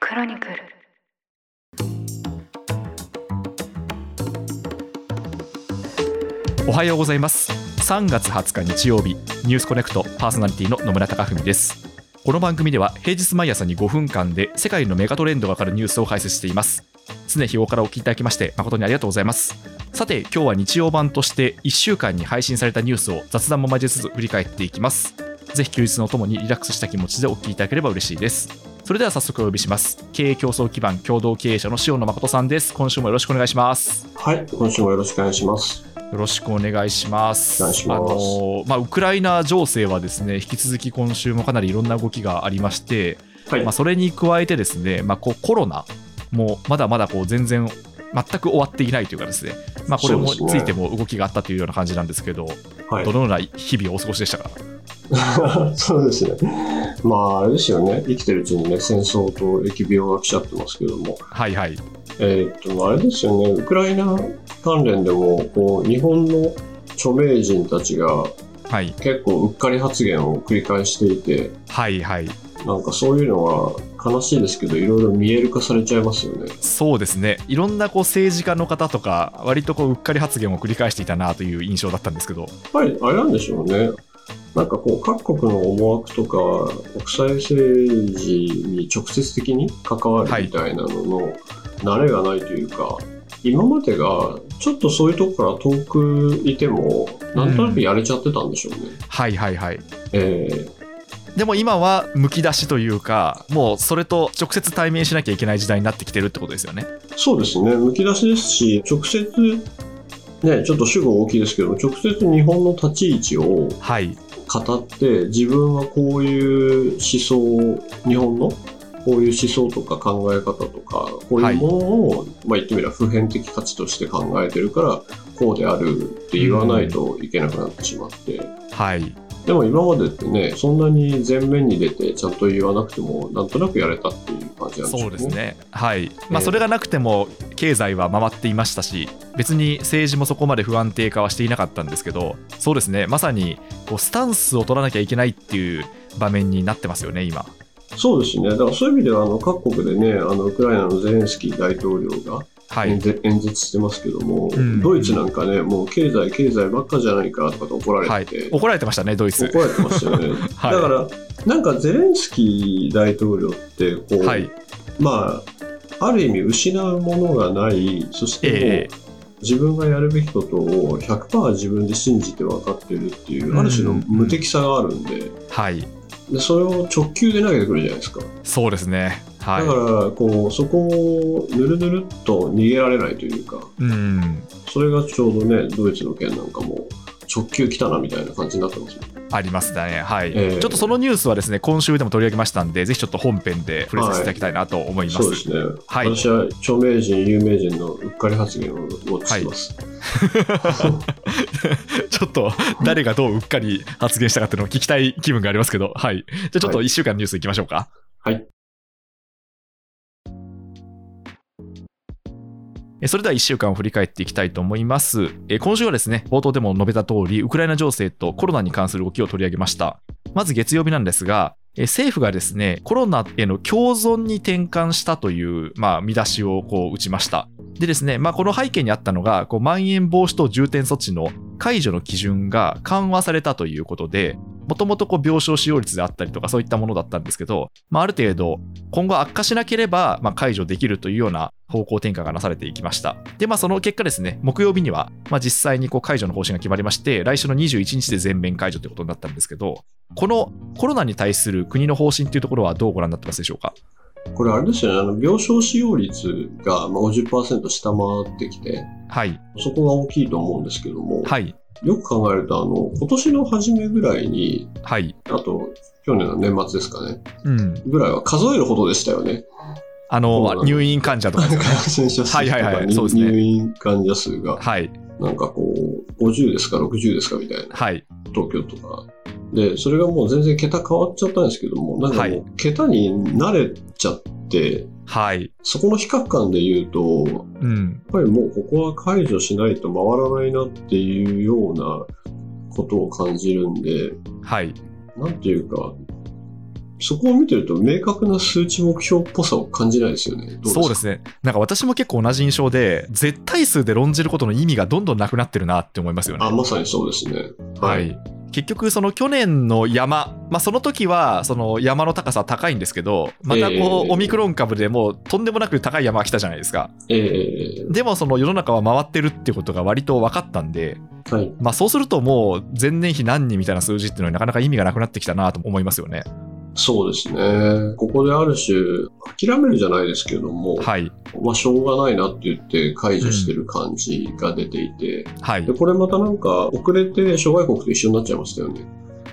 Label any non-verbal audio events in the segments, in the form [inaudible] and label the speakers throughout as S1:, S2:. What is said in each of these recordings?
S1: クロニクル
S2: おはようございます3月20日日曜日ニュースコネクトパーソナリティの野村貴文ですこの番組では平日毎朝に5分間で世界のメガトレンドがわかるニュースを解説しています常日頃からお聞きいただきまして誠にありがとうございますさて今日は日曜版として1週間に配信されたニュースを雑談も交えつつ振り返っていきますぜひ休日のともにリラックスした気持ちでお聞きいただければ嬉しいですそれでは早速お呼びします経営競争基盤共同経営者の塩野誠さんです今週もよろしくお願いします
S3: はい、今週もよろしくお願いします。
S2: よろしくお願いします。
S3: お願いします
S2: あのまあ、ウクライナ情勢はですね引き続き今週もかなりいろんな動きがありまして、
S3: はい、
S2: まあ、それに加えてですね、まあ、こうコロナもまだまだこう全然全く終わっていないというかですね、まあ、これも
S3: そ
S2: に
S3: うです
S2: つ
S3: ね
S2: いても動きがあったというような感じなんですけど、
S3: は
S2: どのような日々をお過ごしでしたか
S3: い、 [laughs] そうですね。まあ、あれですよね。生きてるうちにね、戦争と疫病が来ちゃってますけども。
S2: はいはい
S3: えーっと、あれですよね。ウクライナ関連でも、こう、日本の著名人たちが
S2: はい
S3: 結構うっかり発言を繰り返していて、
S2: はいはい
S3: なんかそういうのは悲しいですけど、いろいろ見える化されちゃいますよね。
S2: そうですねいろんなこう政治家の方とか割とこううっかり発言を繰り返していたなという印象だったんですけど
S3: やっぱりあれなんでしょうね。なんかこう各国の思惑とか国際政治に直接的に関わ
S2: は
S3: る
S2: い
S3: みたいなのの慣れがないというか、今までがちょっとそういうとこから遠くいてもなんとなくやれちゃってたんでしょうね。
S2: はいはいはい
S3: えー
S2: でも今はむき出しというかもうそれと直接対面しなきゃいけない時代になってきてるってことですよね
S3: そうですね、むき出しですし、直接、ね、ちょっと主語大きいですけども、直接日本の立ち位置を
S2: はい
S3: 語って自分はこういう思想を日本のこういう思想とか考え方とかこういうものを、まあ、言ってみれば普遍的価値として考えてるからこうであるって言わないといけなくなってしまって、
S2: はい
S3: でも今までってねそんなに前面に出てちゃんと言わなくてもなんとなくやれたっていう感じなんでし
S2: そ
S3: ょ
S2: う
S3: うね。
S2: ですねはい、まあ、
S3: ええ
S2: それがなくても経済は回っていましたし別に政治もそこまで不安定化はしていなかったんですけどそうですねまさにこうスタンスを取らなきゃいけないっていう場面になってますよね今
S3: そうですねだからそういう意味ではあの各国でねあのウクライナのゼレンスキー大統領が
S2: はい、
S3: 演説演説してますけども、
S2: うん
S3: ドイツなんかね、もう経済、経済ばっかじゃないかとかって怒ら
S2: は
S3: れ
S2: い
S3: て、て、
S2: 怒られてましたねドイツ
S3: 怒られてましたよね。
S2: [laughs] はい
S3: だから、なんかゼレンスキー大統領ってこう、
S2: はい
S3: まあ、ある意味失うものがない、そしてもう、
S2: ええ
S3: 自分がやるべきことを100%自分で信じて分かってるっていう、ある種の無敵さがあるんで、
S2: はい
S3: でそれを直球で投げてくるじゃないですか。
S2: そうですねは
S3: だか
S2: い
S3: ら、こう、そこをぬるぬるっと逃げられないというか、
S2: うん
S3: それがちょうどね、ドイツの件なんかも直球来たなみたいな感じになってますね。
S2: ありますね、はい
S3: ええ
S2: ちょっとそのニュースはですね今週でも取り上げましたんで、ぜひちょっと本編で触れさせていただきたいなと思います。
S3: そうですね。
S2: はい
S3: 私は著名人、有名人のうっかり発言をウォッチしてます。
S2: [laughs] ちょっと誰がどううっかり発言したかっていうのを聞きたい気分がありますけど、はい、じゃあちょっと
S3: は
S2: 1週間のニュースいきましょうか。
S3: はい
S2: えそれでは1週間を振り返っていきたいと思います。え今週はですね、冒頭でも述べた通り、ウクライナ情勢とコロナに関する動きを取り上げました。まず月曜日なんですが、え政府がですね、コロナへの共存に転換したという、まあ、見出しをこう打ちました。でですね、まあ、この背景にあったのが、こうまん延防止等重点措置の解除の基準が緩和されたということで、もともとこう病床使用率であったりとかそういったものだったんですけど、まあ、ある程度、今後悪化しなければ、まあ、解除できるというような方向転換がなされていきました。で、まあ、その結果ですね、木曜日には、まあ、実際にこう解除の方針が決まりまして、来週の21日で全面解除ということになったんですけど、このコロナに対する国の方針というところはどうご覧になってますでしょうか。
S3: これあれですよね、あの病床使用率がまあ50%下回ってきて、
S2: はい、
S3: そこが大きいと思うんですけども、
S2: はい、
S3: よく考えると、あの、今年の初めぐらいに、
S2: はい。
S3: あと、去年の年末ですかね、
S2: うん。
S3: ぐらいは数えるほどでしたよね。
S2: あ
S3: そうな
S2: の、
S3: んです
S2: 入院患者とか
S3: 感
S2: です
S3: [laughs]
S2: かね。
S3: 染者数とか
S2: はいはいはい
S3: に
S2: そうですね
S3: 入院患者数が、
S2: はい、
S3: なんかこう、50ですか60ですかみたいな。
S2: はい、
S3: 東京とか。で、それがもう全然桁変わっちゃったんですけども、なんか
S2: は
S3: も
S2: いう
S3: 桁に慣れちゃって、
S2: はい。
S3: そこの比較感で言うと、や
S2: うん。
S3: っぱりもうここは解除しないと回らないなっていうようなことを感じるんで、
S2: はい。
S3: なんていうか、そこを見てると明確な数値目標っぽさを感じないですよね。ど
S2: そうですすね。なんか私も結構同じ印象で、絶対数で論じることの意味がどんどんなくなってるなって思いますよね
S3: か。あ、。まさにそうですね。
S2: は
S3: はい。
S2: い、結局その去年の山、まあ、その時はその山の高さ高いんですけどまたこ
S3: え
S2: う
S3: え
S2: オミクロン株でもうとんでもなく高い山が来たじゃないですか
S3: え
S2: でもその世の中は回ってるってことが割と分かったんで、
S3: ー、はい。
S2: まあ、そうするともう前年比何人みたいな数字っていうのになかなか意味がなくなってきたなと思いますよね
S3: そうですね。ここである種、諦めるじゃないですけども、
S2: はい
S3: まあ、しょうがないなって言って解除してる感じが出ていて、
S2: はい
S3: でこれまたなんか遅れて諸外国と一緒になっちゃいましたよね。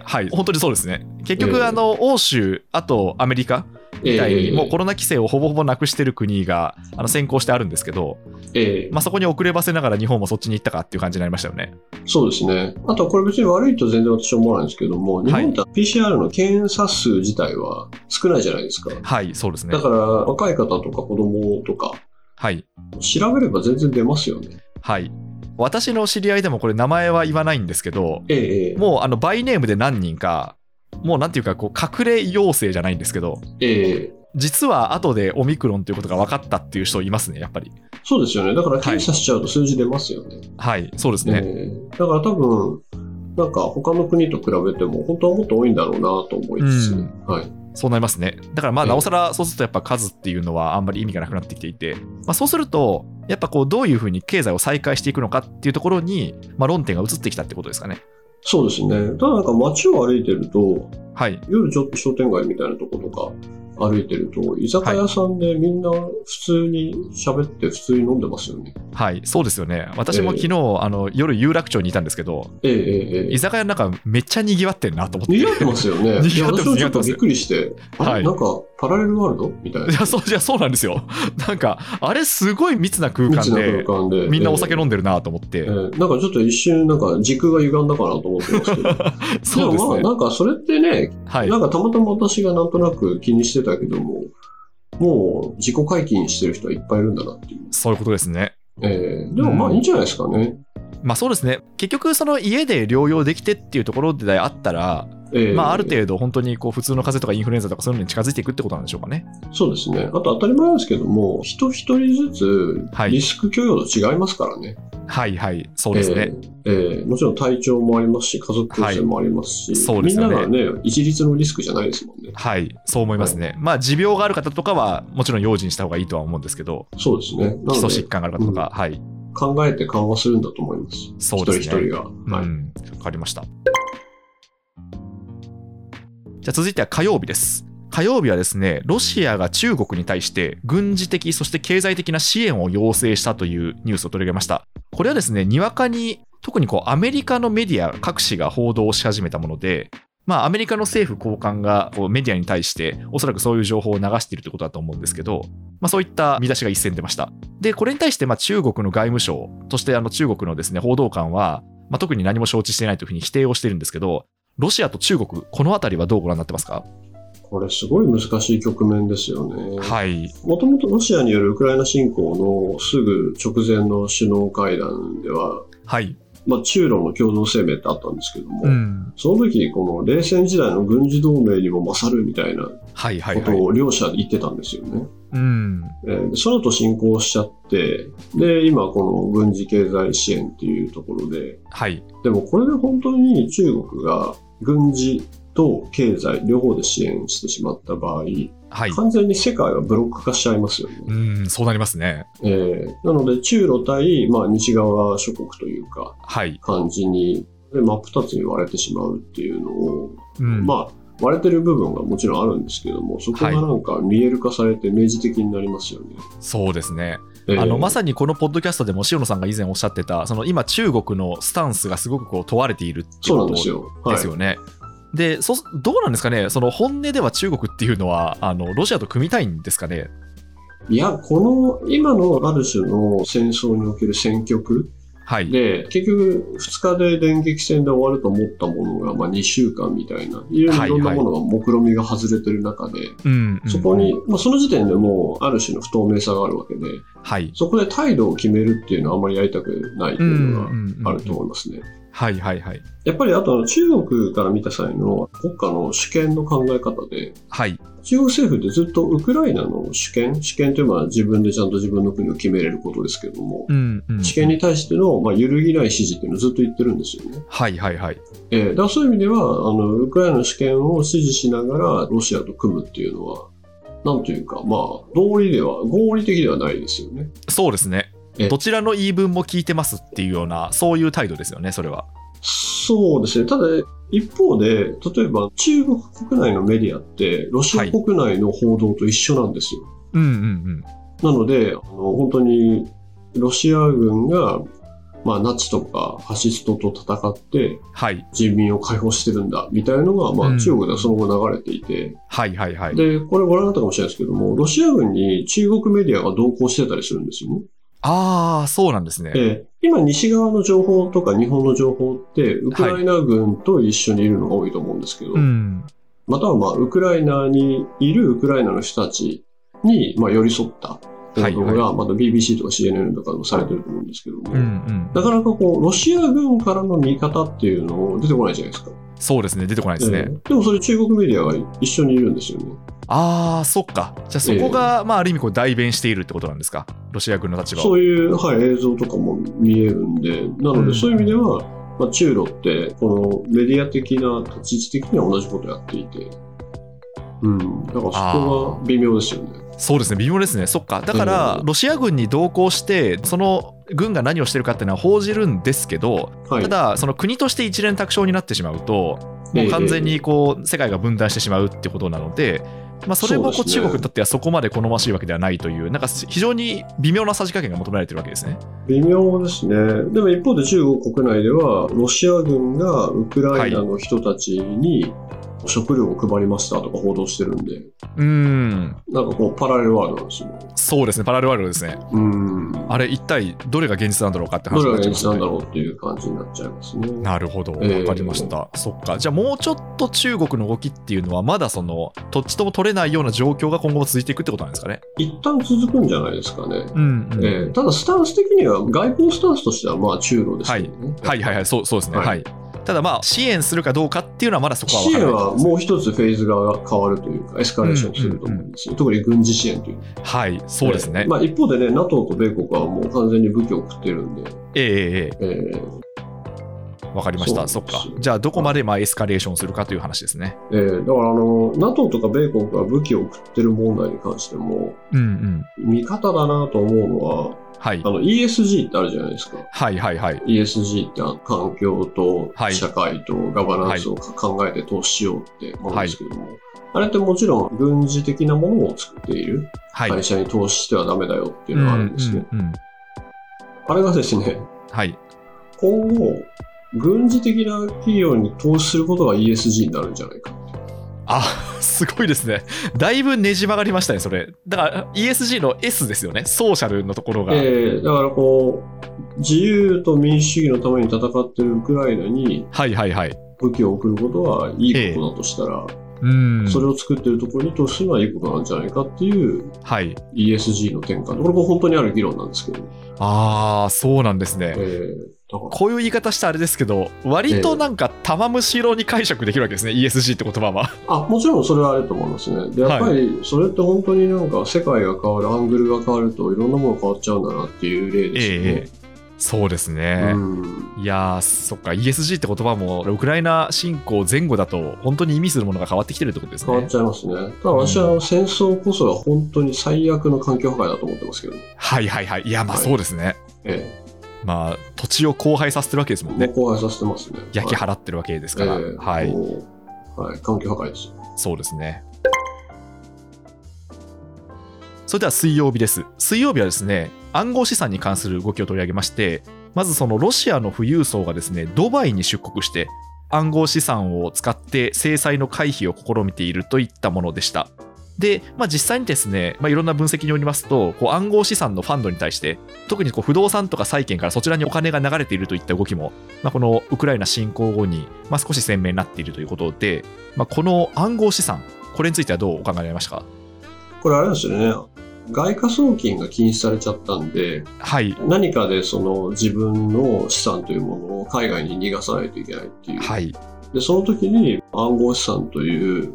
S2: はい本当にそうですね結
S3: ええ
S2: 局あの欧州あとアメリカみたいにもうコロナ規制をほぼほぼなくしてる国があの先行してあるんですけど、
S3: ええ
S2: まあ、そこに遅ればせながら日本もそっちに行ったかっていう感じになりましたよね
S3: そうですね。あとはこれ別に悪いと全然私は思わないんですけども、日本って PCR の検査数自体は少ないじゃないですか。
S2: はい、そうですね
S3: だ。から若い方とか子供とか
S2: はい。
S3: 調べれば全然出ますよね。
S2: はい。私の知り合いでもこれ名前は言わないんですけど、
S3: ええええ
S2: もうあのバイネームで何人か、もうなんていうかこう隠れ陽性じゃないんですけど、
S3: ええ
S2: 実は後でオミクロンということが分かったっていう人いますね、やっぱり。
S3: そうですよね。だから検査しちゃうと数字出ますよね。
S2: はい、そうですね。
S3: ええだから多分、なんか他の国と比べても本当はもっと多いんだろうなと思いつつ、
S2: うん
S3: はい。
S2: そうなりますね。だからまあ、
S3: ええ
S2: なおさらそうするとやっぱ数っていうのはあんまり意味がなくなってきていて、まあ、そうすると、やっぱこうどういうふうに経済を再開していくのかっていうところに、まあ、論点が移ってきたってことですかね。
S3: そうですね。ただなんか街を歩いてると、
S2: はい。
S3: 夜ちょっと商店街みたいなとことか歩いてると、居酒屋さんでみんな普通に喋って普通に飲んでますよね。
S2: はい、そうですよね。私も
S3: ええ
S2: 昨日、あの夜有楽町にいたんですけど、
S3: えええええ
S2: 居
S3: え。
S2: 酒屋の中めっちゃ賑わってんなと思って。
S3: 賑わってますよね。
S2: [laughs] 賑わってます
S3: いや私もちょっとびっくりして、あれ
S2: はい
S3: なんかパラレルワールドみたいな。
S2: いやそういやそうなんですよ。なんか、あれ、すごい密な空
S3: 未知
S2: 間
S3: な
S2: で、
S3: 空間で。
S2: みんなお酒
S3: え
S2: 飲んでるなと思って
S3: ええ、えなんかちょっと一瞬、なんか時空が歪んだかなと思ってますけど。
S2: [laughs] そうです
S3: も
S2: ね
S3: まあ、、なんかそれってね、
S2: はい、
S3: なんかたまたま私がなんとなく気にしてたけども、もう自己解禁してる人はいっぱいいるんだなっていう。
S2: そういうことですね。
S3: ええでもま
S2: う
S3: あ
S2: ん
S3: いいんじゃないですかね。
S2: まあそうですね、結局、その家で療養できてっていうところであったら、
S3: ええ
S2: まあ、ある程度、本当にこう普通の風邪とかインフルエンザとかそういうのに近づいていくってことなんでしょうかね。
S3: そうですね。あと当たり前なんですけども、人一人ずつ
S2: はい
S3: リスク許容度違いますからね。
S2: はいはい、そうですね。
S3: ええええもちろん体調もありますし、家族構成もありますし、
S2: はいそうです
S3: み
S2: よ
S3: ん
S2: ね
S3: ながね、一律のリスクじゃないですもんね。
S2: はい、そう思いますね。まあ、持病がある方とかは、もちろん用心した方がいいとは思うんですけど、
S3: そうですね。
S2: 基
S3: なの
S2: 礎疾、
S3: で
S2: 患がある方とか、はい、
S3: 考えて緩和するんだと思います。
S2: そうですね。
S3: 一人一人が。はい。
S2: うん、わかりました。じゃあ続いては火曜日です。火曜日はですね、ロシアが中国に対して軍事的、そして経済的な支援を要請したというニュースを取り上げました。これはですね、にわかに、特にこうアメリカのメディア各紙が報道し始めたもので、まあ、アメリカの政府高官がこうメディアに対して、おそらくそういう情報を流しているということだと思うんですけど、まあ、そういった見出しが一斉に出ました。で、これに対してまあ中国の外務省、そしてあの中国のですね報道官は、まあ、特に何も承知していないというふうに否定をしているんですけど、ロシアと中国、このあたりはどうご覧になってますか
S3: これすごい難しい局面ですよね。
S2: はい、
S3: もともとロシアによるウクライナ侵攻のすぐ直前の首脳会談では、
S2: はい、
S3: まあ、中ロの共同声明ってあったんですけども、
S2: うん、
S3: その時この冷戦時代の軍事同盟にも勝るみたいなこ
S2: はい、はい、は
S3: と
S2: い、
S3: を両者で言ってたんですよね。
S2: うん、
S3: えーその後進行しちゃって、で、今この軍事経済支援っていうところで、
S2: はい、
S3: でもこれで本当に中国が軍事と経済両方で支援してしまった場
S2: は
S3: 合、
S2: い、
S3: 完全に世界はブロック化しちゃいますよね。
S2: うん、そうなりますね。
S3: えーなので中ロ対、まあ、西側諸国というか
S2: はい、
S3: 感じにで真っ二つに割れてしまうっていうのを、
S2: うん、
S3: まあ割れてる部分がもちろんあるんですけどもそこがなんか見える化されて明示的になりますよね。
S2: そうですね。
S3: えー
S2: あのまさにこのポッドキャストでも塩野さんが以前おっしゃってた、その今、中国のスタンスがすごくこう問われているっていう
S3: そうな
S2: こ
S3: ん
S2: と
S3: ですよ。はい、
S2: ですよね。でそどうなんですかね、その本音では中国っていうのはあの、ロシアと組みたいんですかね。
S3: いや、この今のある種の戦争における戦局
S2: はい、
S3: で、結局2日で電撃戦で終わると思ったものが、まあ、2週間みたいな、いろいろいろんなものが目論みが外れてる中で、
S2: うん、うん
S3: そこに、まあ、その時点でもうある種の不透明さがあるわけで、
S2: はい、
S3: そこで態度を決めるっていうのはあんまりやりたくないと
S2: う
S3: いうの
S2: ん
S3: が
S2: うんうん
S3: あると思いますね。
S2: はいはいはい。
S3: やっぱりあと中国から見た際の国家の主権の考え方で、
S2: はい。
S3: 中国政府ってずっとウクライナの主権、主権というのは自分でちゃんと自分の国を決めれることですけども、
S2: うんうん。
S3: 主権に対しての、まあ、揺るぎない支持っていうのをずっと言ってるんですよね。
S2: はいはいはい。
S3: えーだからそういう意味ではあの、ウクライナの主権を支持しながらロシアと組むっていうのは、なんというか、まあ、道理では、合理的ではないですよね。
S2: そうですね
S3: え。
S2: どちらの言い分も聞いてますっていうような、そういう態度ですよね、それは。
S3: そうですね。ただ、一方で、例えば中国国内のメディアって、ロシア
S2: はい
S3: 国内の報道と一緒なんですよ。
S2: うんうんうん。
S3: なので、あの本当にロシア軍が、まあ、ナチとかファシストと戦って
S2: はい
S3: 人民を解放してるんだみたいなのが、ま
S2: う
S3: あ、
S2: ん
S3: 中国ではその後流れていて、
S2: はいはいはい。
S3: で、これご覧になったかもしれないですけども、ロシア軍に中国メディアが同行してたりするんですよね。
S2: ああ、そうなんですね。
S3: で今、西側の情報とか日本の情報って、ウクライナ軍と一緒にいるのが多いと思うんですけど、
S2: うん。
S3: または、まあ、ウクライナにいるウクライナの人たちに、まあ、寄り添った報道
S2: はい
S3: が、また BBC とか CNN とかでもされてると思うんですけども、
S2: うんうん。
S3: なかなかこう、ロシア軍からの見方っていうの出てこないじゃないですか。
S2: そうですね、出てこないですね。
S3: うんでもそれ中国メディアが一緒にいるんですよね。
S2: ああ、そっか。じゃあそこが、まあ、ある意味こう代弁しているってことなんですか、ロシア軍の立場を。
S3: そういう、はい、映像とかも見えるんで、なの
S2: う
S3: で
S2: ん
S3: そういう意味では、まあ、中ロって、このメディア的な立ち位置的には同じことやっていて、うん、だからそこが微妙ですよね。
S2: そうですね、微妙ですね、そっか、だから、
S3: うん
S2: ロシア軍に同行して、その軍が何をしてるかっていうのは報じるんですけど、
S3: はい
S2: た、だ、その国として一連卓章になってしまうと、も
S3: え
S2: う
S3: え
S2: 完全にこう世界が分断してしまうってことなので、まあ、それもこ
S3: そう
S2: う
S3: です
S2: 中
S3: ね
S2: 国にとってはそこまで好ましいわけではないという、なんか非常に微妙なさじ加減が求められてるわけですね。
S3: 微妙ですね。でも一方で中国国内では、ロシア軍がウクライナの人たちに食料を配りましたとか報道してるんで、
S2: うーん、
S3: なんかこうパラレルワールドなんですよ。
S2: そうですね、パラレルワールドですね。
S3: うん。
S2: あれ、一体どれが現実なんだろうかって話
S3: ど
S2: にな
S3: れ
S2: っ
S3: が
S2: ちゃい
S3: 現
S2: ますよ
S3: 実なん
S2: ね
S3: だろうっていう感じになっちゃいますね。
S2: なるほど、
S3: ええ
S2: わかりました、そっか、じゃあもうちょっと中国の動きっていうのは、まだその、どっちとも取れないような状況が今後も続いていくってことなんですかね。
S3: 一旦続くんじゃないですかね。
S2: うんうん
S3: えーただスタンス的には、外交スタンスとしてはまあ中ロですけどね。
S2: はいはいはい、そうそうですね、
S3: はい
S2: はいただまあ、支援するかどうかっていうのは、まだそこは分
S3: 支
S2: から
S3: 援
S2: ない
S3: はもう一つフェーズが変わるというか、エスカレーションすると思うんですよ。特に軍事支援という。
S2: はい、そうですね、
S3: まあ一方でね、NATO と米国はもう完全に武器を送ってるんで、
S2: えええええ
S3: えー
S2: え分かりました、そ
S3: そう
S2: っ
S3: なんです
S2: か
S3: よ、
S2: じゃあ、どこまでまあエスカレーションするかという話ですね。
S3: えーだからあの、NATO とか米国が武器を送ってる問題に関しても、
S2: うんうん、
S3: 味方だなと思うのは、
S2: はい
S3: あ、の ESG ってあるじゃないですか。
S2: はいはいはい、
S3: ESG ってあの環境と
S2: はい
S3: 社会とガバナンスをか考えて投資しようってものですけども、あれってもちろん軍事的なものを作っている
S2: はい、
S3: 会社に投資してはダメだよっていううん
S2: う
S3: のがあるんですね。
S2: んうん、
S3: あれがですね、
S2: はい、
S3: 今後、軍事的な企業に投資することが ESG になるんじゃないか。
S2: あすごいですね。だいぶねじ曲がりましたね、それ。だから、ESG の S ですよね、ソーシャルのところが。
S3: えーだからこう、自由と民主主義のために戦ってるウクライナに
S2: はいはいはい。
S3: 武器を送ることはいいことだとしたら、
S2: うん。
S3: それを作ってるところに投資するのはいいことなんじゃないかっていう
S2: はい。
S3: ESG の転換。これも本当にある議論なんですけど、
S2: ああ、そうなんですね。
S3: えーだから
S2: こういう言い方したらあれですけど、割となんか玉虫色に解釈できるわけですね、ESG って言葉は。
S3: あ、もちろんそれはあると思いますね。で、やっぱりそれって本当になんか世界が変わる、アングルが変わるといろんなもの変わっちゃうんだなっていう例ですよね。
S2: そうですね。
S3: うん
S2: いやー、そっか、ESG って言葉も、ウクライナ侵攻前後だと、本当に意味するものが変わってきてるってことです
S3: 変わっ
S2: ね。
S3: ちゃいますね。ただ私はあの戦争こそが本当に最悪の環境破壊だと思ってますけどね。
S2: はいはいはい。いや、まあそうですね。
S3: え
S2: まあ、土地を荒廃させてるわけですも
S3: え、
S2: ん
S3: もう
S2: ね。
S3: 後悔させてますね。
S2: 焼き払ってるわけですから。
S3: ええ
S2: はい。
S3: もうはい、環境破壊ですよ。
S2: そうですね。それでは水曜日です。水曜日はですね、暗号資産に関する動きを取り上げまして、まずそのロシアの富裕層がですね、ドバイに出国して、暗号資産を使って制裁の回避を試みているといったものでした。で、まあ、実際にですね、まあ、いろんな分析によりますと、こう暗号資産のファンドに対して、特にこう不動産とか債券からそちらにお金が流れているといった動きも、まあ、このウクライナ侵攻後に、まあ、少し鮮明になっているということで、まあ、この暗号資産、これについてはどうお考えになりましたか
S3: これあれですよね。外貨送金が禁止されちゃったんで、
S2: はい、
S3: 何かでその自分の資産というものを海外に逃がさないといけないっていう。
S2: はい、
S3: で、その時に暗号資産という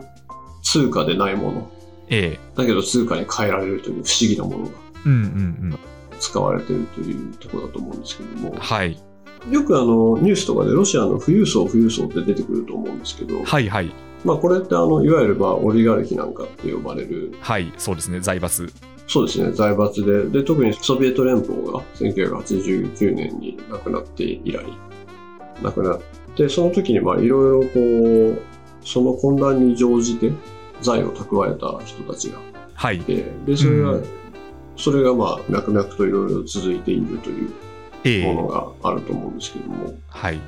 S3: 通貨でないもの、
S2: ええ、
S3: だけど通貨に変えられるという不思議なものが
S2: うんうん
S3: 使われているというところだと思うんですけども
S2: うん、、はい、
S3: よくあのニュースとかでロシアの富裕層、富裕層って出てくると思うんですけど、
S2: はい、はい、
S3: まあ、これってあのいわゆるまあオリガルヒなんかって呼ばれる
S2: はい、そうですね、財閥。
S3: そうですね、財閥で、で、特にソビエト連邦が1989年に亡くなって以来、亡くなって、その時にまあいろいろこう、その混乱に乗じて財を蓄えた人たちが
S2: はい
S3: い、て、で、それが、
S2: うん
S3: それがまあ脈々といろいろ続いているとい
S2: え
S3: う
S2: え、
S3: ものがあると思うんですけども、
S2: はい、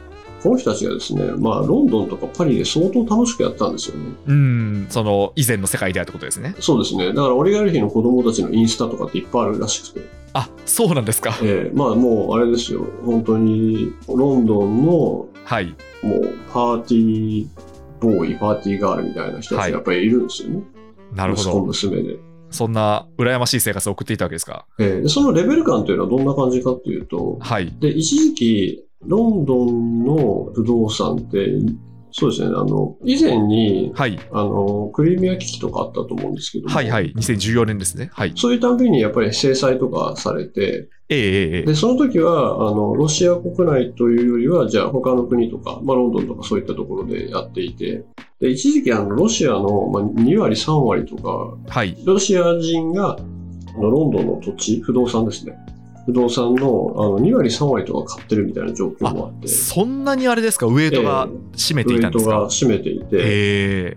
S3: この人たちがですね、まあロンドンとかパリで相当楽しくやったんですよね。
S2: うん、その以前の世界であるってことですね。
S3: そうですね、だからオリガルヒの子供たちのインスタとかっていっぱいあるらしくて、
S2: あ、そうなんですか。
S3: ええまあもうあれですよ、本当にロンドンのも
S2: はい、
S3: うパーティーボーイ、パーティーガールみたいな人
S2: は
S3: たちが
S2: い
S3: やっぱりいるんですよね、
S2: なるほ
S3: 息子、
S2: ど。
S3: 娘で、
S2: そんな羨ましい生活を送っていたわけですか。
S3: ええで。そのレベル感というのはどんな感じかというと、
S2: はい、
S3: で一時期、ロンドンの不動産って、そうですね、あの以前に
S2: はい、
S3: あのクリミア危機とかあったと思うんですけども、
S2: はい、はい、2014年ですね。はい、
S3: そういうたびにやっぱり制裁とかされて、
S2: ええ、ええええ、
S3: で、その時は、あの、ロシア国内というよりは、じゃあ他の国とか、まあ、ロンドンとかそういったところでやっていて、で、一時期、あの、ロシアの、まあ、2割、3割とか、
S2: はい、
S3: ロシア人が、あの、ロンドンの土地、不動産ですね。不動産の、あの、2割、3割とか買ってるみたいな状況もあって、
S2: そんなにあれですか、ウエイトが
S3: ええ
S2: 占め
S3: ウ
S2: てい
S3: ェ
S2: たん
S3: イ
S2: で
S3: ト
S2: す
S3: が
S2: か。
S3: 占めていて、
S2: ええ、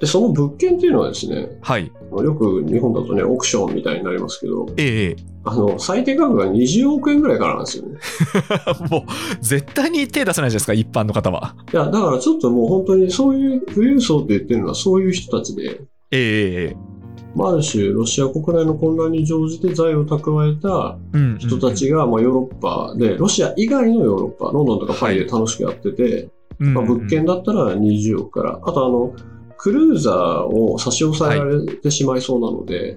S3: で、その物件っていうのはですね、
S2: はい、
S3: よく日本だとね、オークションみたいになりますけど、
S2: ええ、ええ
S3: あの、最低価格が20億円ぐらいからなんですよね。
S2: [laughs] もう絶対に手出せないじゃないですか、一般の方は。
S3: いや、だからちょっともう本当にそういう富裕層って言ってるのはそういう人たちで、
S2: ええええ
S3: まあ、ある種ロシア国内の混乱に乗じて財を蓄えた
S2: うんうんうん
S3: 人たちが、まあ、ヨーロッパで、ロシア以外のヨーロッパ、ロンドンとかパリで楽しくやってて、
S2: うんうん
S3: まあ、物件だったら20億から、あとあの、クルーザーを差し押さえられてしまいそうなので、
S2: ええええ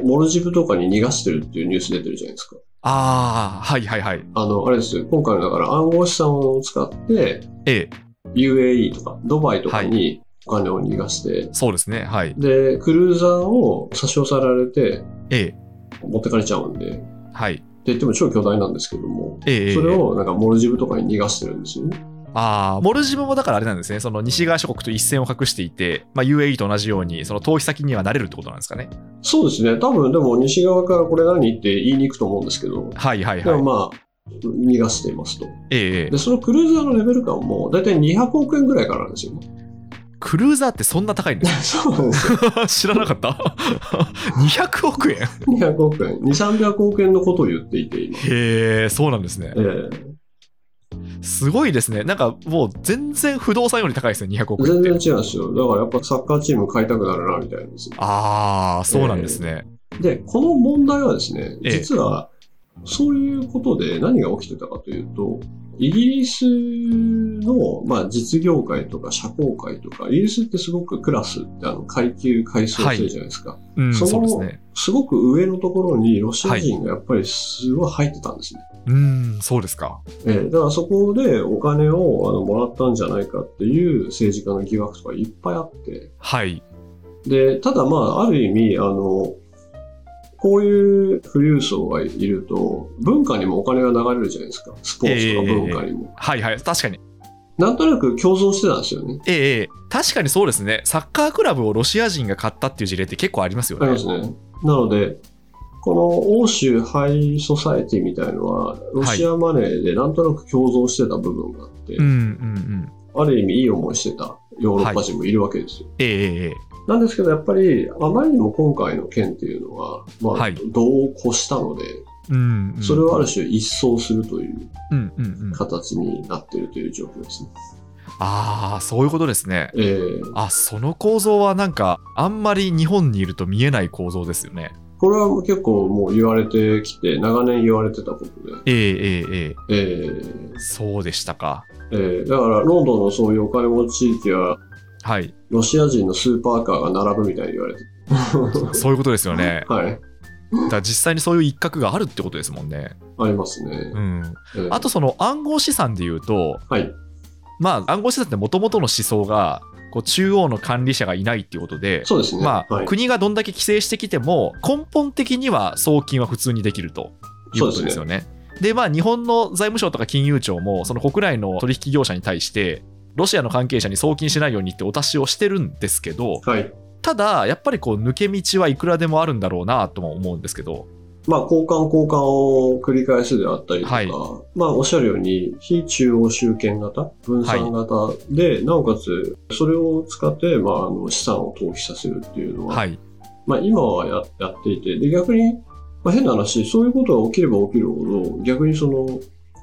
S2: ええ
S3: モルジブとかに逃がしてるっていうニュース出てるじゃないですか。
S2: ああ、はいはいはい。
S3: あの、あれですよ、今回のだから暗号資産を使って、
S2: ええ
S3: UAE とかドバイとかにお金を逃がして、
S2: そうですね。はい。
S3: で、クルーザーを差し押さえられて
S2: ええ
S3: 持ってかれちゃうんで、って
S2: はい。
S3: 言っても超巨大なんですけども、
S2: ええええ
S3: それをなんかモルジブとかに逃がしてるんですよね。
S2: ああ、モルジブもだからあれなんですね。その西側諸国と一線を画していて、まあ、UAE と同じように、その逃避先にはなれるってことなんですかね。
S3: そうですね、多分でも西側からこれ何って言いに行くと思うんですけど、
S2: はいはい
S3: で
S2: はい。
S3: もまあ、逃がしていますと。
S2: ええええ
S3: で、そのクルーザーのレベル感も大体200億円ぐらいからなんですよね。
S2: クルーザーってそんな高いんです
S3: [laughs] そうなんですよ。
S2: か [laughs] 知らなかった ?200 億円
S3: 200億円。2、300億円のことを言っていて、今。
S2: へえ、そうなんですね
S3: え。え
S2: すごいですね。なんかもう全然不動産より高いですね、200億円
S3: 全
S2: って。
S3: 然違うんですよ。だからやっぱサッカーチーム買いたくなるな、みたいなんですよ
S2: ああ、そうなんですね。
S3: で、この問題はですね、
S2: ええ
S3: 実は、そういうことで何が起きてたかというと、イギリスの、まあ、実業界とか社交界とか、イギリスってすごくクラスってあの階級階層制じゃないですか、
S2: うん、
S3: そ
S2: そ
S3: の
S2: うですね。
S3: すごく上のところにロシア人がやっぱりすごい入ってたんですね。
S2: うん、そうですか。
S3: ええだからそこでお金をあのもらったんじゃないかっていう政治家の疑惑とかいっぱいあって、
S2: はい。
S3: で、ただまあ、ある意味、あの、こういう富裕層がいると、文化にもお金が流れるじゃないですか。スポーツとか文化にも。
S2: はいはい。確かに。
S3: なんとなく共存してたんですよね。
S2: ええええ確かにそうですね。サッカークラブをロシア人が買ったっていう事例って結構ありますよ
S3: あ
S2: ね。
S3: りますね。なので、この欧州ハイソサエティみたいのは、ロシアマネーでなんとなく共存してた部分があって、
S2: うんうんうん。
S3: ある意味いい思いしてたヨーロッパ人もいるわけですよ。
S2: ええええええ
S3: なんですけど、やっぱり、あまりにも今回の件っていうのは、まあ、
S2: はい
S3: 度を越したので、
S2: うん、うん。
S3: それをある種一掃するという。
S2: うんうんうん。
S3: 形になっているという状況ですね。
S2: ああ、そういうことですね。
S3: えー
S2: あ、その構造はなんか、あんまり日本にいると見えない構造ですよね。
S3: これはもう結構もう言われてきて、長年言われてたこと
S2: えええええ
S3: で、えー
S2: えそうでしたか。
S3: えーだからロンドンのそういうお金持ち地域は、
S2: はい。
S3: ロシア人のスーパーカーが並ぶみたいに言われて、
S2: そういうことですよね。
S3: はい、
S2: だから実際にそういう一角があるってことですもんね。
S3: ありますね
S2: う。ん、
S3: ええ
S2: あとその暗号資産で言うと、
S3: はい。
S2: まあ、暗号資産ってもともとの思想がこう中央の管理者がいないっていうことで、
S3: そうですね。
S2: まあ
S3: はい、
S2: 国がどんだけ規制してきても根本的には送金は普通にできるということですよね。でまあ、日本の財務省とか金融庁もその国内の取引業者に対してロシアの関係者に送金しないようにってお達しをしてるんですけど
S3: はい。
S2: ただやっぱりこう抜け道はいくらでもあるんだろうなとも思うんですけど
S3: まあ、交換交換を繰り返すであったりとか、
S2: はい
S3: まあ、おっしゃるように、非中央集権型、分散型で、なおかつ、それを使って、まあ、あの資産を投資させるっていうのは、
S2: はい
S3: まあ、今はややっていて、で、逆に、まあ、変な話、そういうことが起きれば起きるほど、逆にその、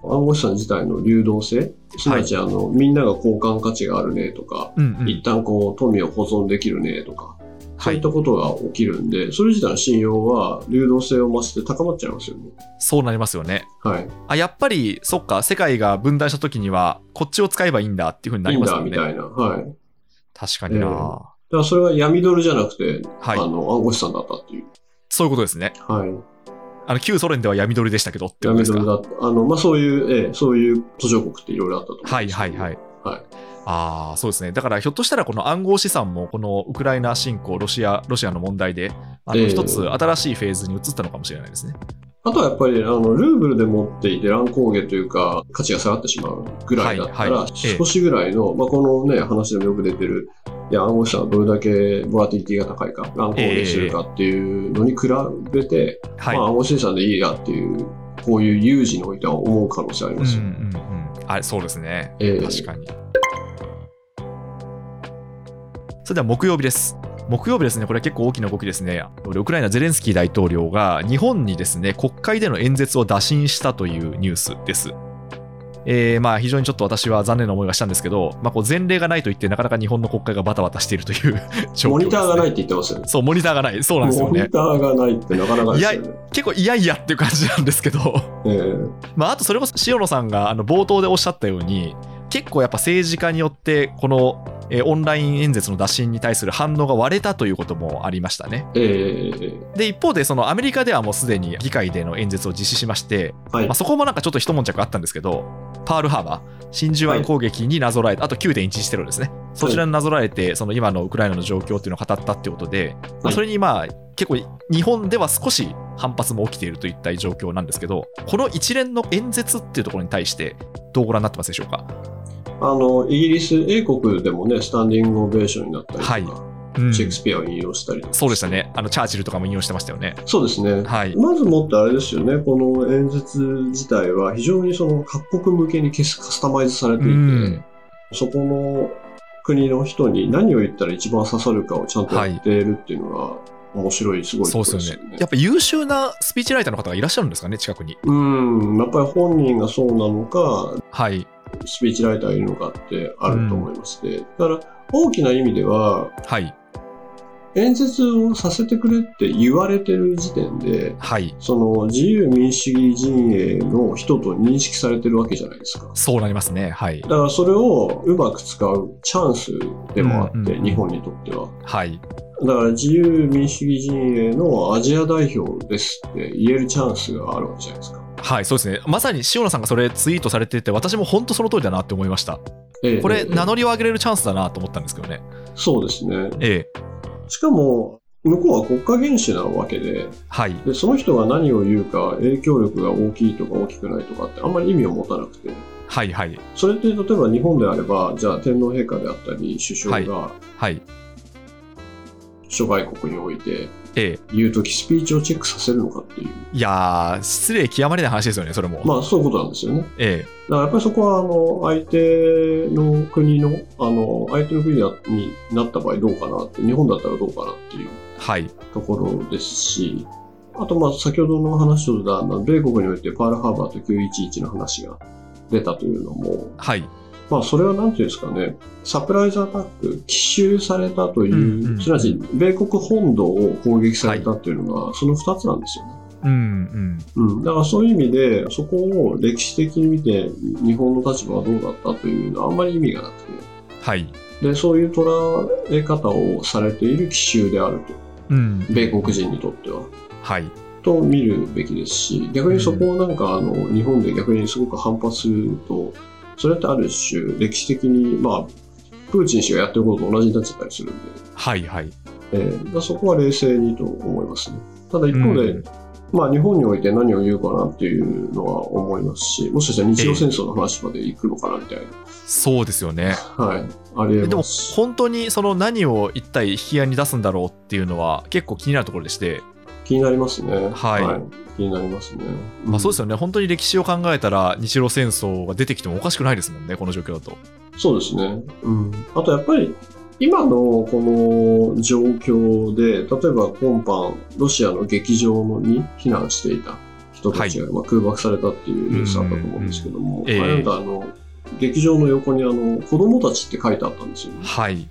S3: 暗号資産自体の流動性、すなわち、あの、みんなが交換価値があるねとか、
S2: うんうん
S3: 一旦こう、富を保存できるねとか、
S2: は
S3: そういっ
S2: い
S3: たことが起きるんで、それ自体の信用は流動性を増して高まっちゃいますよね。
S2: そうなりますよね。
S3: はい。
S2: あやっぱりそっか世界が分断した時にはこっちを使えばいいんだっていうふうになりますよ
S3: いい
S2: ね
S3: んだ、みたいな。はい。だ
S2: 確かにな、
S3: ええからそれが闇ドルじゃなくて、
S2: はい
S3: あの、暗号資産だったっていう。
S2: そういうことですね
S3: はい。
S2: あの旧ソ連では闇ドルでしたけどってこと
S3: 闇
S2: ですか
S3: ドルだった。あの、まあ、そういう、ええ、そういう途上国っていろいろあったと思うん
S2: はい
S3: です
S2: は
S3: け
S2: い
S3: ど
S2: はい。
S3: はい
S2: ああ、そうですね。だからひょっとしたらこの暗号資産もこのウクライナ侵攻、ロシア、ロシアの問題で、あ
S3: え
S2: の
S3: え
S2: 一つ新しいフェーズに移ったのかもしれないですね。
S3: あとはやっぱり、あの、ルーブルで持っていて乱高下というか、価値が下がってしまうぐらいだったら、
S2: はいはいええ
S3: 少しぐらいの、まあ、このね、話でもよく出てる、いや、暗号資産はどれだけボラティリティが高いか、乱高下してるかっていうのに比べて、
S2: はい。
S3: まあ、暗号資産でいいやっていう、こういう有事においては思う可能性あり
S2: うんう
S3: ますよ。
S2: んうん。あれ、そうですね。
S3: ええ
S2: 確かに。それでは木曜日です。木曜日ですね、これは結構大きな動きですね。ウクライナゼレンスキー大統領が日本にですね、国会での演説を打診したというニュースです。えーまあ非常にちょっと私は残念な思いがしたんですけど、まあ、こう前例がないといって、なかなか日本の国会がバタバタしているという [laughs] 状況
S3: モ
S2: です、ね。
S3: ニターがないって言ってますよね。
S2: そう、モニターがない。そうなんですよ
S3: モニ
S2: ね。
S3: ターがないってなかなかですよね。
S2: 結構いやいやっていう感じなんですけど。
S3: ええ
S2: まあ、あとそれこそ塩野さんがあの冒頭でおっしゃったように結構やっぱ政治家によってこの、えーオンライン演説の打診に対する反応が割れたということもありましたね
S3: ええええ
S2: で一方でそのアメリカではもうすでに議会での演説を実施しまして、
S3: はい
S2: まあ、そこもなんかちょっと一悶着あったんですけどパールハーバー真珠湾攻撃になぞらえて、あと9.11テロですねそちらになぞらえてその今のウクライナの状況っていうのを語ったってことで、ま
S3: は
S2: あ、
S3: い
S2: それにまあ結構日本では少し反発も起きているといった状況なんですけどこの一連の演説っていうところに対してどうご覧になってますでしょうか
S3: あの、イギリス、英国でもね、スタンディングオベーションになったりとか、
S2: はいうん
S3: シェイクスピアを引用したりとか。
S2: そうでしたねあのチャーチルとかも引用してましたよね
S3: そうですね。
S2: はい
S3: まずもってあれですよね、この演説自体は非常にその各国向けにカスカスタマイズされていて、
S2: うん
S3: そこの国の人に何を言ったら一番刺さるかをちゃんとやっているっていうのが面白い、すごいと
S2: そう
S3: こ
S2: で
S3: ろ
S2: す
S3: ですよ
S2: よ
S3: ね。
S2: ねやっぱ優秀なスピーチライターの方がいらっしゃるんですかね近くに
S3: うん、やっぱり本人がそうなのか、
S2: はい
S3: スピーチライターがいるのかってあると思いますね。だから大きな意味では、
S2: はい
S3: 演説をさせてくれって言われてる時点で、
S2: はい
S3: その自由民主主義陣営の人と認識されてるわけじゃないですか。
S2: そうなりますねはい
S3: だからそれをうまく使うチャンスでもあって、
S2: うんうんうん
S3: 日本にとっては。
S2: はい
S3: だから自由民主主義陣営のアジア代表ですって言えるチャンスがあるわけじゃないですか。
S2: はいそうですねまさに塩野さんがそれツイートされてて私も本当その通りだなって思いました
S3: ええ
S2: こ
S3: え
S2: れ
S3: え
S2: 名乗りを上げれるチャンスだなと思ったんですけどね
S3: そうですね。
S2: ええ
S3: しかも、向こうは国家元首なわけで
S2: はい
S3: で、その人が何を言うか、影響力が大きいとか大きくないとかってあんまり意味を持たなくて、
S2: はいはい
S3: それって例えば日本であれば、じゃあ天皇陛下であったり、首相が
S2: はい
S3: 諸外国において
S2: ええ
S3: 言うとき、スピーチをチェックさせるのかっていう、
S2: いやー失礼極まりない話ですよねそれも、
S3: まあそういうことなんですよね。
S2: え
S3: だからやっぱりそこはあの相手の国の、あの相手の国になった場合どうかなって、日本だったらどうかなっていう
S2: えはい
S3: ところですし、あとまあ先ほどの話とだな、米国においてパールハーバーと911の話が出たというのも、
S2: はい
S3: まあ、それはなんていうんですかね、サプライズアタック、奇襲されたという、
S2: うんうんうん
S3: すなわち米国本土を攻撃されたというのが、その2つなんですよね。
S2: うんうん
S3: うん、だからそういう意味で、そこを歴史的に見て、日本の立場はどうだったというのはあんまり意味がなく
S2: はい
S3: て、でそういう捉え方をされている奇襲であると、
S2: うん
S3: 米国人にとっては。
S2: はい
S3: と見るべきですし、逆にそこをなんか、あの、日本で逆にすごく反発すると、それってある種、歴史的に、まあ、プーチン氏がやってることと同じになっちゃったりするんで、
S2: はいはい。
S3: えーまあそこは冷静にと思いますね。ただ一方で、
S2: うん
S3: まあ、日本において何を言うかなっていうのは思いますし、もしかしたら日露戦争の話まで行くのかなみたいな、
S2: そうですよね。
S3: はい、ありえ
S2: でも
S3: ますし。
S2: 本当にその何を一体引き合いに出すんだろうっていうのは結構気になるところでして、
S3: 気になりますね。
S2: はい
S3: 気になりますね。
S2: まあ、そうです
S3: す
S2: よね本当に歴史を考えたら日露戦争が出てきてもおかしくないですもんねこの状況だと。
S3: そうですね。うん。あとやっぱり、今のこの状況で、例えば今般、ロシアの劇場に避難していた人たちが、まあ、空爆されたっていうニュースだったと思うんですけども、
S2: うんうんうん
S3: あれなんかあの、劇場の横にあの、子供たちって書いてあったんですよね。
S2: はい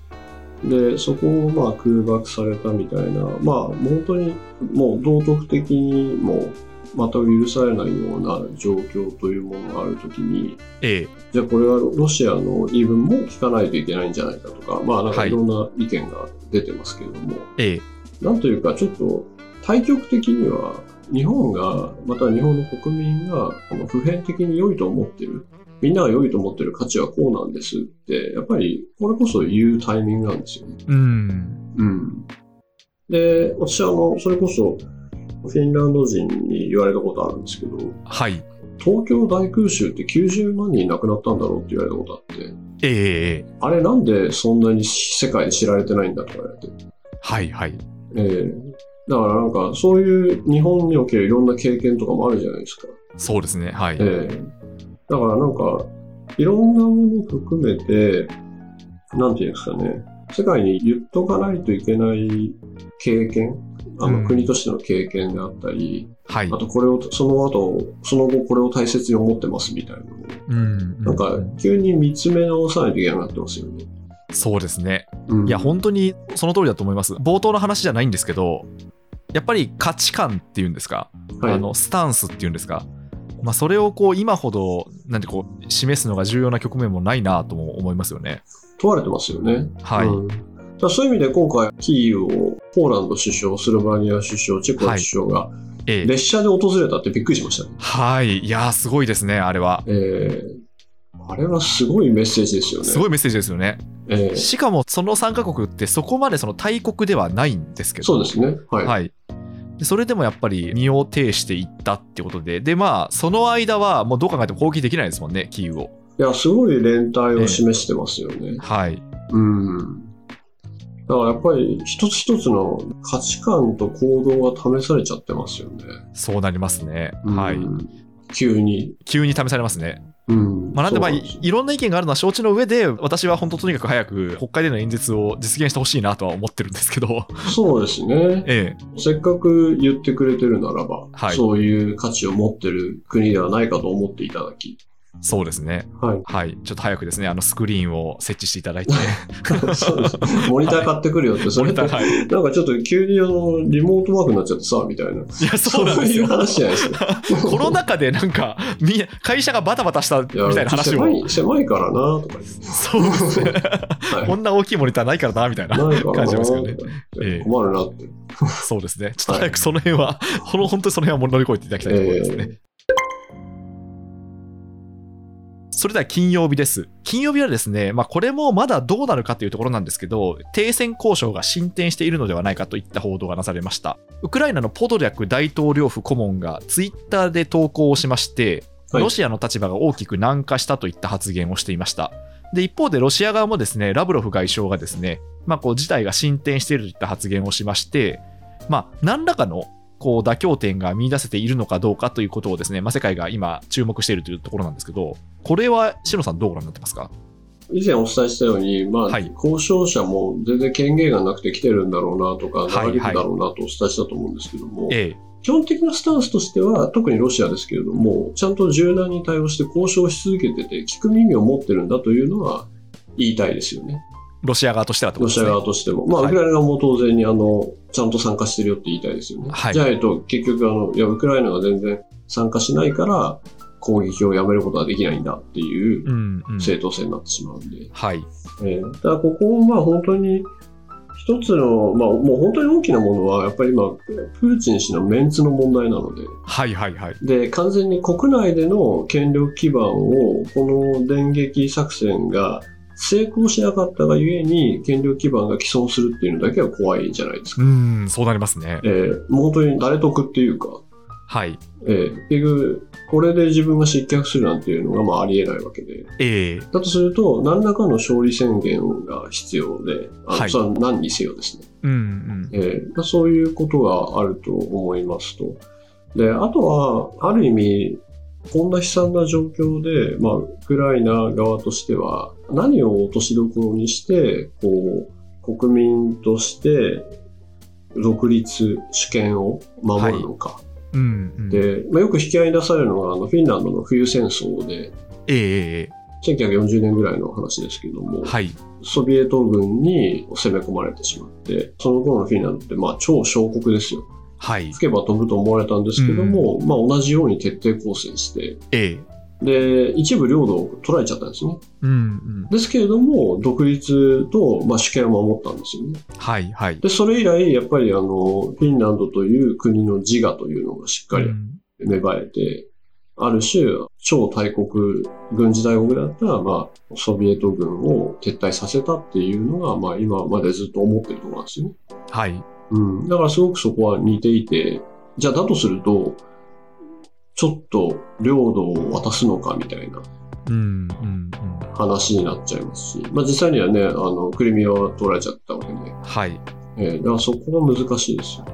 S3: でそこをまあ空爆されたみたいな、まあ、本当にもう道徳的にもまた許されないような状況というものがあるときに
S2: ええ
S3: じゃあこれはロシアの言い分も聞かないといけないんじゃないかとか,、まあ、なんか
S2: はい
S3: いろんな意見が出てますけれども、
S2: ええ
S3: なんというかちょっと対極的には日本がまたは日本の国民がこの普遍的に良いと思ってるみんなが良いと思ってる価値はこうなんですってやっぱりこれこそ言うタイミングなんですよね。
S2: うん
S3: うん、で私はあのそれこそフィンランド人に言われたことあるんですけど
S2: はい
S3: 東京大空襲って90万人亡くなったんだろうって言われたことあって
S2: ええええ
S3: あれなんでそんなに世界で知られてないんだとか言われて、
S2: はいはい
S3: えーだからなんかそういう日本におけるいろんな経験とかもあるじゃないですか、
S2: そうですねはい、
S3: えーだからなんかいろんなもの含めてなんていうんですかね世界に言っとかないといけない経験あ
S2: うん
S3: の国としての経験であったり、
S2: はい
S3: あとこれをその後その後これを大切に思ってますみたいなのを
S2: うん
S3: なんか急に見つめ直さないといけなくなってますよね。
S2: そうですね
S3: うん
S2: いや本当にその通りだと思います冒頭の話じゃないんですけどやっぱり価値観っていうんですか、
S3: はい
S2: あのスタンスっていうんですか、まあ、それをこう今ほどなんてこう示すのが重要な局面もないなとも思いますよね。
S3: 問われてますよね。
S2: はい、
S3: うんだからそういう意味で今回、キーウをポーランド首相、スロバニア首相、チェコの首相が
S2: ええ
S3: 列車で訪れたってびっくりしましたね。
S2: はい、いやー、すごいですね、あれは。
S3: えーあれはすごいメッセージですよね。
S2: すごいメッセージですよね。
S3: えー
S2: しかも、その3カ国ってそこまでその大国ではないんですけど、
S3: そうですね。はい。
S2: はい、でそれでもやっぱり身を挺していったってことで、で、まあ、その間はもうどう考えても攻撃できないですもんね、キーウを。
S3: いや、すごい連帯を示してますよね。
S2: はい、
S3: うん。だからやっぱり一つ一つの価値観と行動が試されちゃってますよね。
S2: そうなりますね。は
S3: う
S2: い、
S3: ん。急に。
S2: 急に試されますね。
S3: うん。
S2: まあ、なんで、まあ、
S3: そう
S2: いいろんな意見があるのは承知の上で、私は本当、とにかく早く国会での演説を実現してほしいなとは思ってるんですけど、 [laughs]
S3: そうですね。
S2: ええ、
S3: せっかく言ってくれてるならば、
S2: はい
S3: そういう価値を持ってる国ではないかと思っていただ
S2: [laughs]
S3: き、
S2: そうですね。
S3: はい、
S2: はい、ちょっと早くですね、あのスクリーンを設置していただいて、
S3: そうですモニター買ってくるよ [laughs] って、そ
S2: モ
S3: れ
S2: ニ
S3: って
S2: ター、 [laughs] はい、
S3: なんかちょっと急にあのリモートワークになっちゃってさ、みたいな、
S2: いや、そうなんです
S3: いう
S2: よ。
S3: 話じゃないですか。
S2: コロナ禍でなん [laughs] か、みんな会社がバタバタしたみ
S3: いや
S2: たいな話を
S3: 狭。い狭いからなとか言って
S2: そうです [laughs] ね。
S3: はい
S2: こんな大きいモニターないからな、みたいな。
S3: ないから
S2: 感
S3: な
S2: じますよ
S3: と
S2: ね
S3: か
S2: え
S3: 言っ
S2: え
S3: て困るなって。
S2: そうですね。ちょっと早くその辺は、ほの本当にその辺は乗り越えていただきたいと思いますね。それでは金曜日です。金曜日はですね、まあ、これもまだどうなるかというところなんですけど、停戦交渉が進展しているのではないかといった報道がなされました。ウクライナのポドリャク大統領府顧問がツイッターで投稿をしまして、
S3: はい
S2: ロシアの立場が大きく軟化したといった発言をしていました。で一方でロシア側もですねラブロフ外相がですね、まあ、こう事態が進展しているといった発言をしまして、まあ、何らかのこう妥協点が見出せているのかどうかということをですね、まあ、世界が今注目しているというところなんですけど、これは志野さん、どうご覧になってますか
S3: 以前お伝えしたように、まあ
S2: はい
S3: 交渉者も全然権限がなくて来てるんだろうなとか、
S2: はい
S3: 長引くだろうなとお伝えしたと思うんですけども、
S2: ええ、
S3: 基本的なスタンスとしては、特にロシアですけれども、ちゃんと柔軟に対応して交渉し続けてて、聞く耳を持ってるんだというのは言いたいですよね、
S2: ロシア側としてはってこと
S3: ロ
S2: で
S3: シ
S2: す
S3: ア
S2: ね。
S3: 側としても。まあ、
S2: はい
S3: ウクライナ側も当然にあのちゃんと参加してるよって言いたいですよね。
S2: はい
S3: じゃないと、結局あのいや、ウクライナが全然参加しないから、攻撃をやめることはできないんだっていう
S2: うんうん
S3: 正当性になってしまうんで。
S2: はい、
S3: えー、だからここをまあ本当に一つの、まあ、もう本当に大きなものは、やっぱり今、プーチン氏のメンツの問題なので、
S2: はいはいはい。
S3: で、完全に国内での権力基盤を、この電撃作戦が成功しなかったがゆえに、権力基盤が既存するっていうのだけは怖いじゃないです
S2: う
S3: か。
S2: ーん、そうなりますね。
S3: えー、もう本当に誰得っていうか、
S2: はい。
S3: えー、結局、これで自分が失脚するなんていうのが、まあ、ありえないわけで。
S2: ええ
S3: だとすると、何らかの勝利宣言が必要で、あの
S2: はい
S3: それは何にせよですね。
S2: うんうん。
S3: えーまあそういうことがあると思いますと。で、あとは、ある意味、こんな悲惨な状況で、まあ、ウクライナ側としては、何を落としどころにして、こう、国民として、独立、主権を守るのか。
S2: うんうん、え
S3: で、まあ、よく引き合いに出されるのが、あの、フィンランドの冬戦争で、
S2: えええ
S3: 1940年ぐらいの話ですけども、
S2: はい。
S3: ソビエト軍に攻め込まれてしまって、その頃のフィンランドって、まあ、超小国ですよ。
S2: はい。
S3: 吹けば飛ぶと思われたんですけども、まあ同じように徹底抗戦して、
S2: ええ
S3: で、一部領土を取られちゃったんですね。
S2: うんうん。
S3: ですけれども、独立と、まあ、主権を守ったんですよね。
S2: はいはい。
S3: で、それ以来、やっぱりあの、フィンランドという国の自我というのがしっか
S2: う
S3: り
S2: ん
S3: 芽生えて、ある種、超大国、軍事大国だった、まあ、ソビエト軍を撤退させたっていうのが、まあ、今までずっと思ってるところなんですよね。
S2: はい。
S3: うん、だからすごくそこは似ていて、じゃあだとすると、ちょっと領土を渡すのかみたいな
S2: うんうんうん。
S3: 話になっちゃいますし、まあ、実際にはね、あのクリミアは取られちゃったわけで、
S2: はい。
S3: えーだからそこが難しいですよ。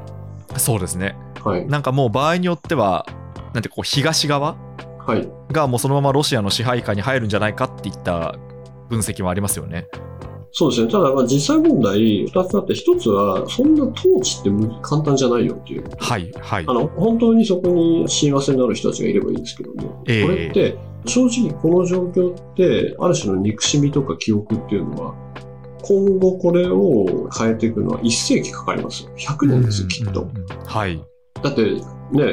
S2: そうですね。
S3: はい。
S2: なんかもう場合によっては、なんてこう東側
S3: はい。
S2: がもうそのままロシアの支配下に入るんじゃないかっていった分析もありますよね。
S3: そうですね。ただ、まあ、実際問題、二つあって、一つは、そんな統治ってむ簡単じゃないよっていう。
S2: はいはい
S3: あ。の、本当にそこに親和性のある人たちがいればいいんですけども、
S2: ええ
S3: これって、正直この状況って、ある種の憎しみとか記憶っていうのは、今後これを変えていくのは1世紀かかりますよ。100年ですよ、きっ
S2: う
S3: と
S2: ん。うんうんはい。
S3: だって、ね、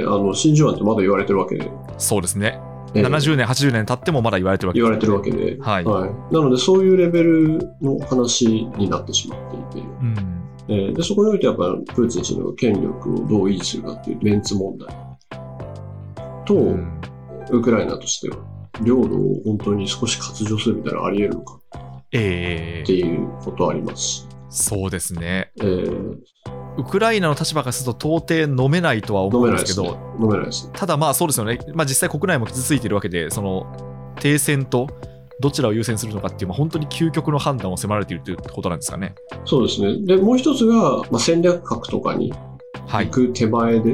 S3: あの、真珠湾ってまだ言われてるわけで、
S2: そうですね。
S3: ええ
S2: 70年、80年経ってもまだ言われてるわけで
S3: 言
S2: す
S3: わ
S2: ね
S3: れてるわけで、
S2: はい。
S3: はい。なので、そういうレベルの話になってしまっていて、
S2: うん
S3: えーでそこにおいてやっぱプーチン氏の権力をどう維持するかっていうメンツ問題と、
S2: うん
S3: ウクライナとしては、領土を本当に少し割譲するみたいなのあり得るのか
S2: ええ
S3: っていうことありますし、
S2: そうですね。
S3: えー、
S2: ウクライナの立場からすると到底飲めないとは思
S3: 飲
S2: う
S3: め
S2: ん
S3: な
S2: で
S3: い
S2: す
S3: で
S2: け
S3: す
S2: ど、
S3: ね。飲めないですね。
S2: ただまあそうですよね、まあ、実際国内も傷ついているわけで、その停戦とどちらを優先するのかっていう、まあ、本当に究極の判断を迫られているということなんですかね。
S3: そうですね。で、もう一つが、まあ、戦略核とかに
S2: は
S3: 行
S2: い。
S3: く手前で、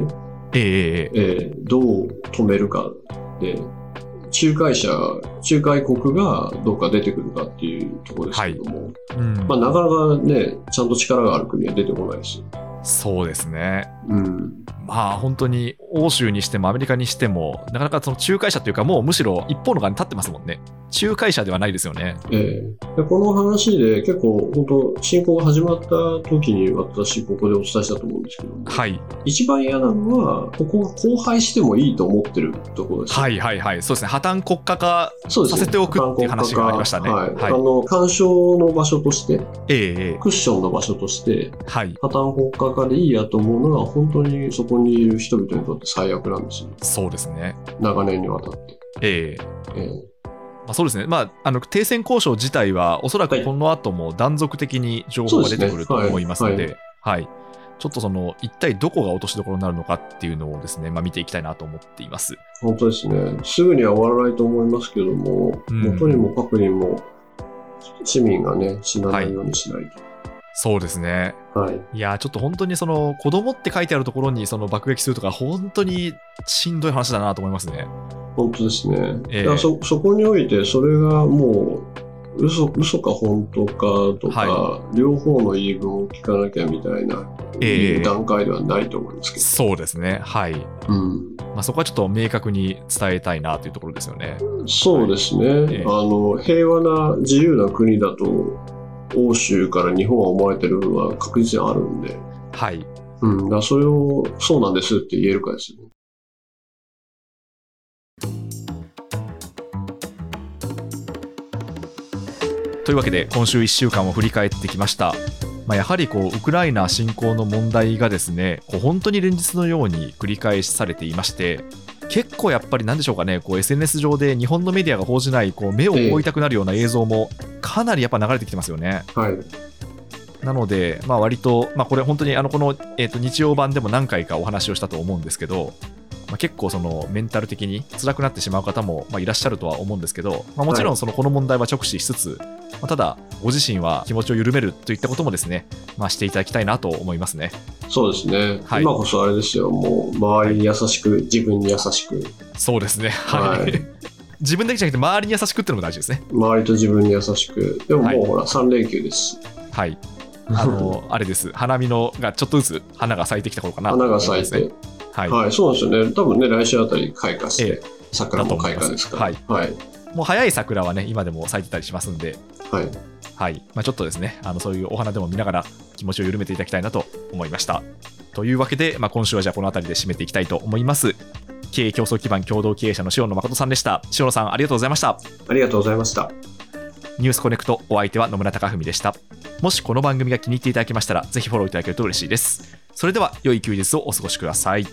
S2: ええええ
S3: えーどう止めるかで、仲介者、仲介国がどうか出てくるかっていうところですけども、
S2: うん
S3: まあ、なかなかね、ちゃんと力がある国は出てこないですよ。
S2: そうですね。
S3: うん。
S2: まあ本当に欧州にしてもアメリカにしても、なかなかその仲介者というか、もうむしろ一方の側に立ってますもんね。仲介者ではないですよね。
S3: えーでこの話で結構本当侵攻が始まった時に私ここでお伝えしたと思うんですけども
S2: はい。
S3: 一番嫌なのはここが荒廃してもいいと思ってるところです、
S2: はいはいはい。そうですね。破綻国家化
S3: そうですね
S2: させておくっていう話がありましたね
S3: はい
S2: はい
S3: あの干渉の場所として
S2: ええええ
S3: クッションの場所として
S2: はい。
S3: 破綻国家化でいいやと思うのが本当にそこにいる人々にとって最悪なんですよ
S2: そうですね。
S3: 長年にわたって、
S2: ええ
S3: えー
S2: まあ、そうですね、まあ、あの停戦交渉自体は、おそら
S3: は
S2: く
S3: い
S2: この後も断続的に情報が出てくると
S3: そうですねはい
S2: 思いますので、はいちょっとその一体どこが落としどころになるのかっていうのをですね、まあ、見ていきたいなと思っています。
S3: 本当ですね。すぐには終わらないと思いますけども、
S2: うん
S3: 元にも各にも市民がね、死なないようにしない
S2: そうですね
S3: と。はい。
S2: いやーちょっと本当にその子供って書いてあるところにその爆撃するとか本当にしんどい話だなと思いますね。
S3: 本当ですね。
S2: ええ
S3: だからそそこにおいて、それがもう、嘘嘘か本当かとか、
S2: は
S3: 両方の言い分を聞かなきゃみたいな、
S2: ええ
S3: 段階ではないと思いますけ
S2: そうですね。はい。
S3: ど。うん
S2: まあ、そこはちょっと明確に伝えたいなというところですよね。
S3: そうですね、
S2: ええ
S3: あの平和な自由な国だと欧州から日本は思われてる部分は確実にあるんで、
S2: はい。
S3: うん、だからそれをそうなんですって言えるかですよね。
S2: というわけで今週1週間を振り返ってきましたまあ、やはりこうウクライナ侵攻の問題がですねこう本当に連日のように繰り返しされていまして結構やっぱりなんでしょうかねこう SNS 上で日本のメディアが報じないこう目を覆いたくなるような映像もかなりやっぱ流れてきてますよね。
S3: はい。
S2: なので、まあ、割と、まあ、これ本当にあのこの、えー、と日曜版でも何回かお話をしたと思うんですけど、まあ、結構そのメンタル的に辛くなってしまう方も、まあ、いらっしゃるとは思うんですけど、まあ、もちろんそのこの問題は直視しつつ、まあ、ただご自身は気持ちを緩めるといったこともですね、まあ、していただきたいなと思いますね。
S3: そうですね、
S2: はい
S3: 今こそあれですよ、もう周りに優しく、自分に優しく、
S2: そうですね、はい [laughs]
S3: はい
S2: 自分だけじゃなくて周りに優しくっていうのも大事ですね。
S3: 周りと自分に優しく、でもも
S2: は
S3: う
S2: い
S3: ほら、3連休ですし、
S2: はいあ
S3: [laughs]
S2: のあれです花見のがちょっとずつ花が咲いてきた頃かな
S3: 花が咲いて、
S2: はい、
S3: はい、そうなんですよね、多分ね、来週あたり開花して、
S2: ええ
S3: 桜も開花ですから、
S2: だと
S3: はい、
S2: もう早い桜はね今でも咲いてたりしますんで、
S3: はい、
S2: はいまあ、ちょっとですねあのそういうお花でも見ながら気持ちを緩めていただきたいなと思いましたというわけで、まあ、今週はじゃあこの辺りで締めていきたいと思います経営競争基盤共同経営者の塩野誠さんでした塩野さんありがとうございました
S3: ありがとうございました。
S2: ニュースコネクトお相手は野村貴文でしたもしこの番組が気に入っていただけましたらぜひフォローいただけると嬉しいですそれでは良い休日をお過ごしください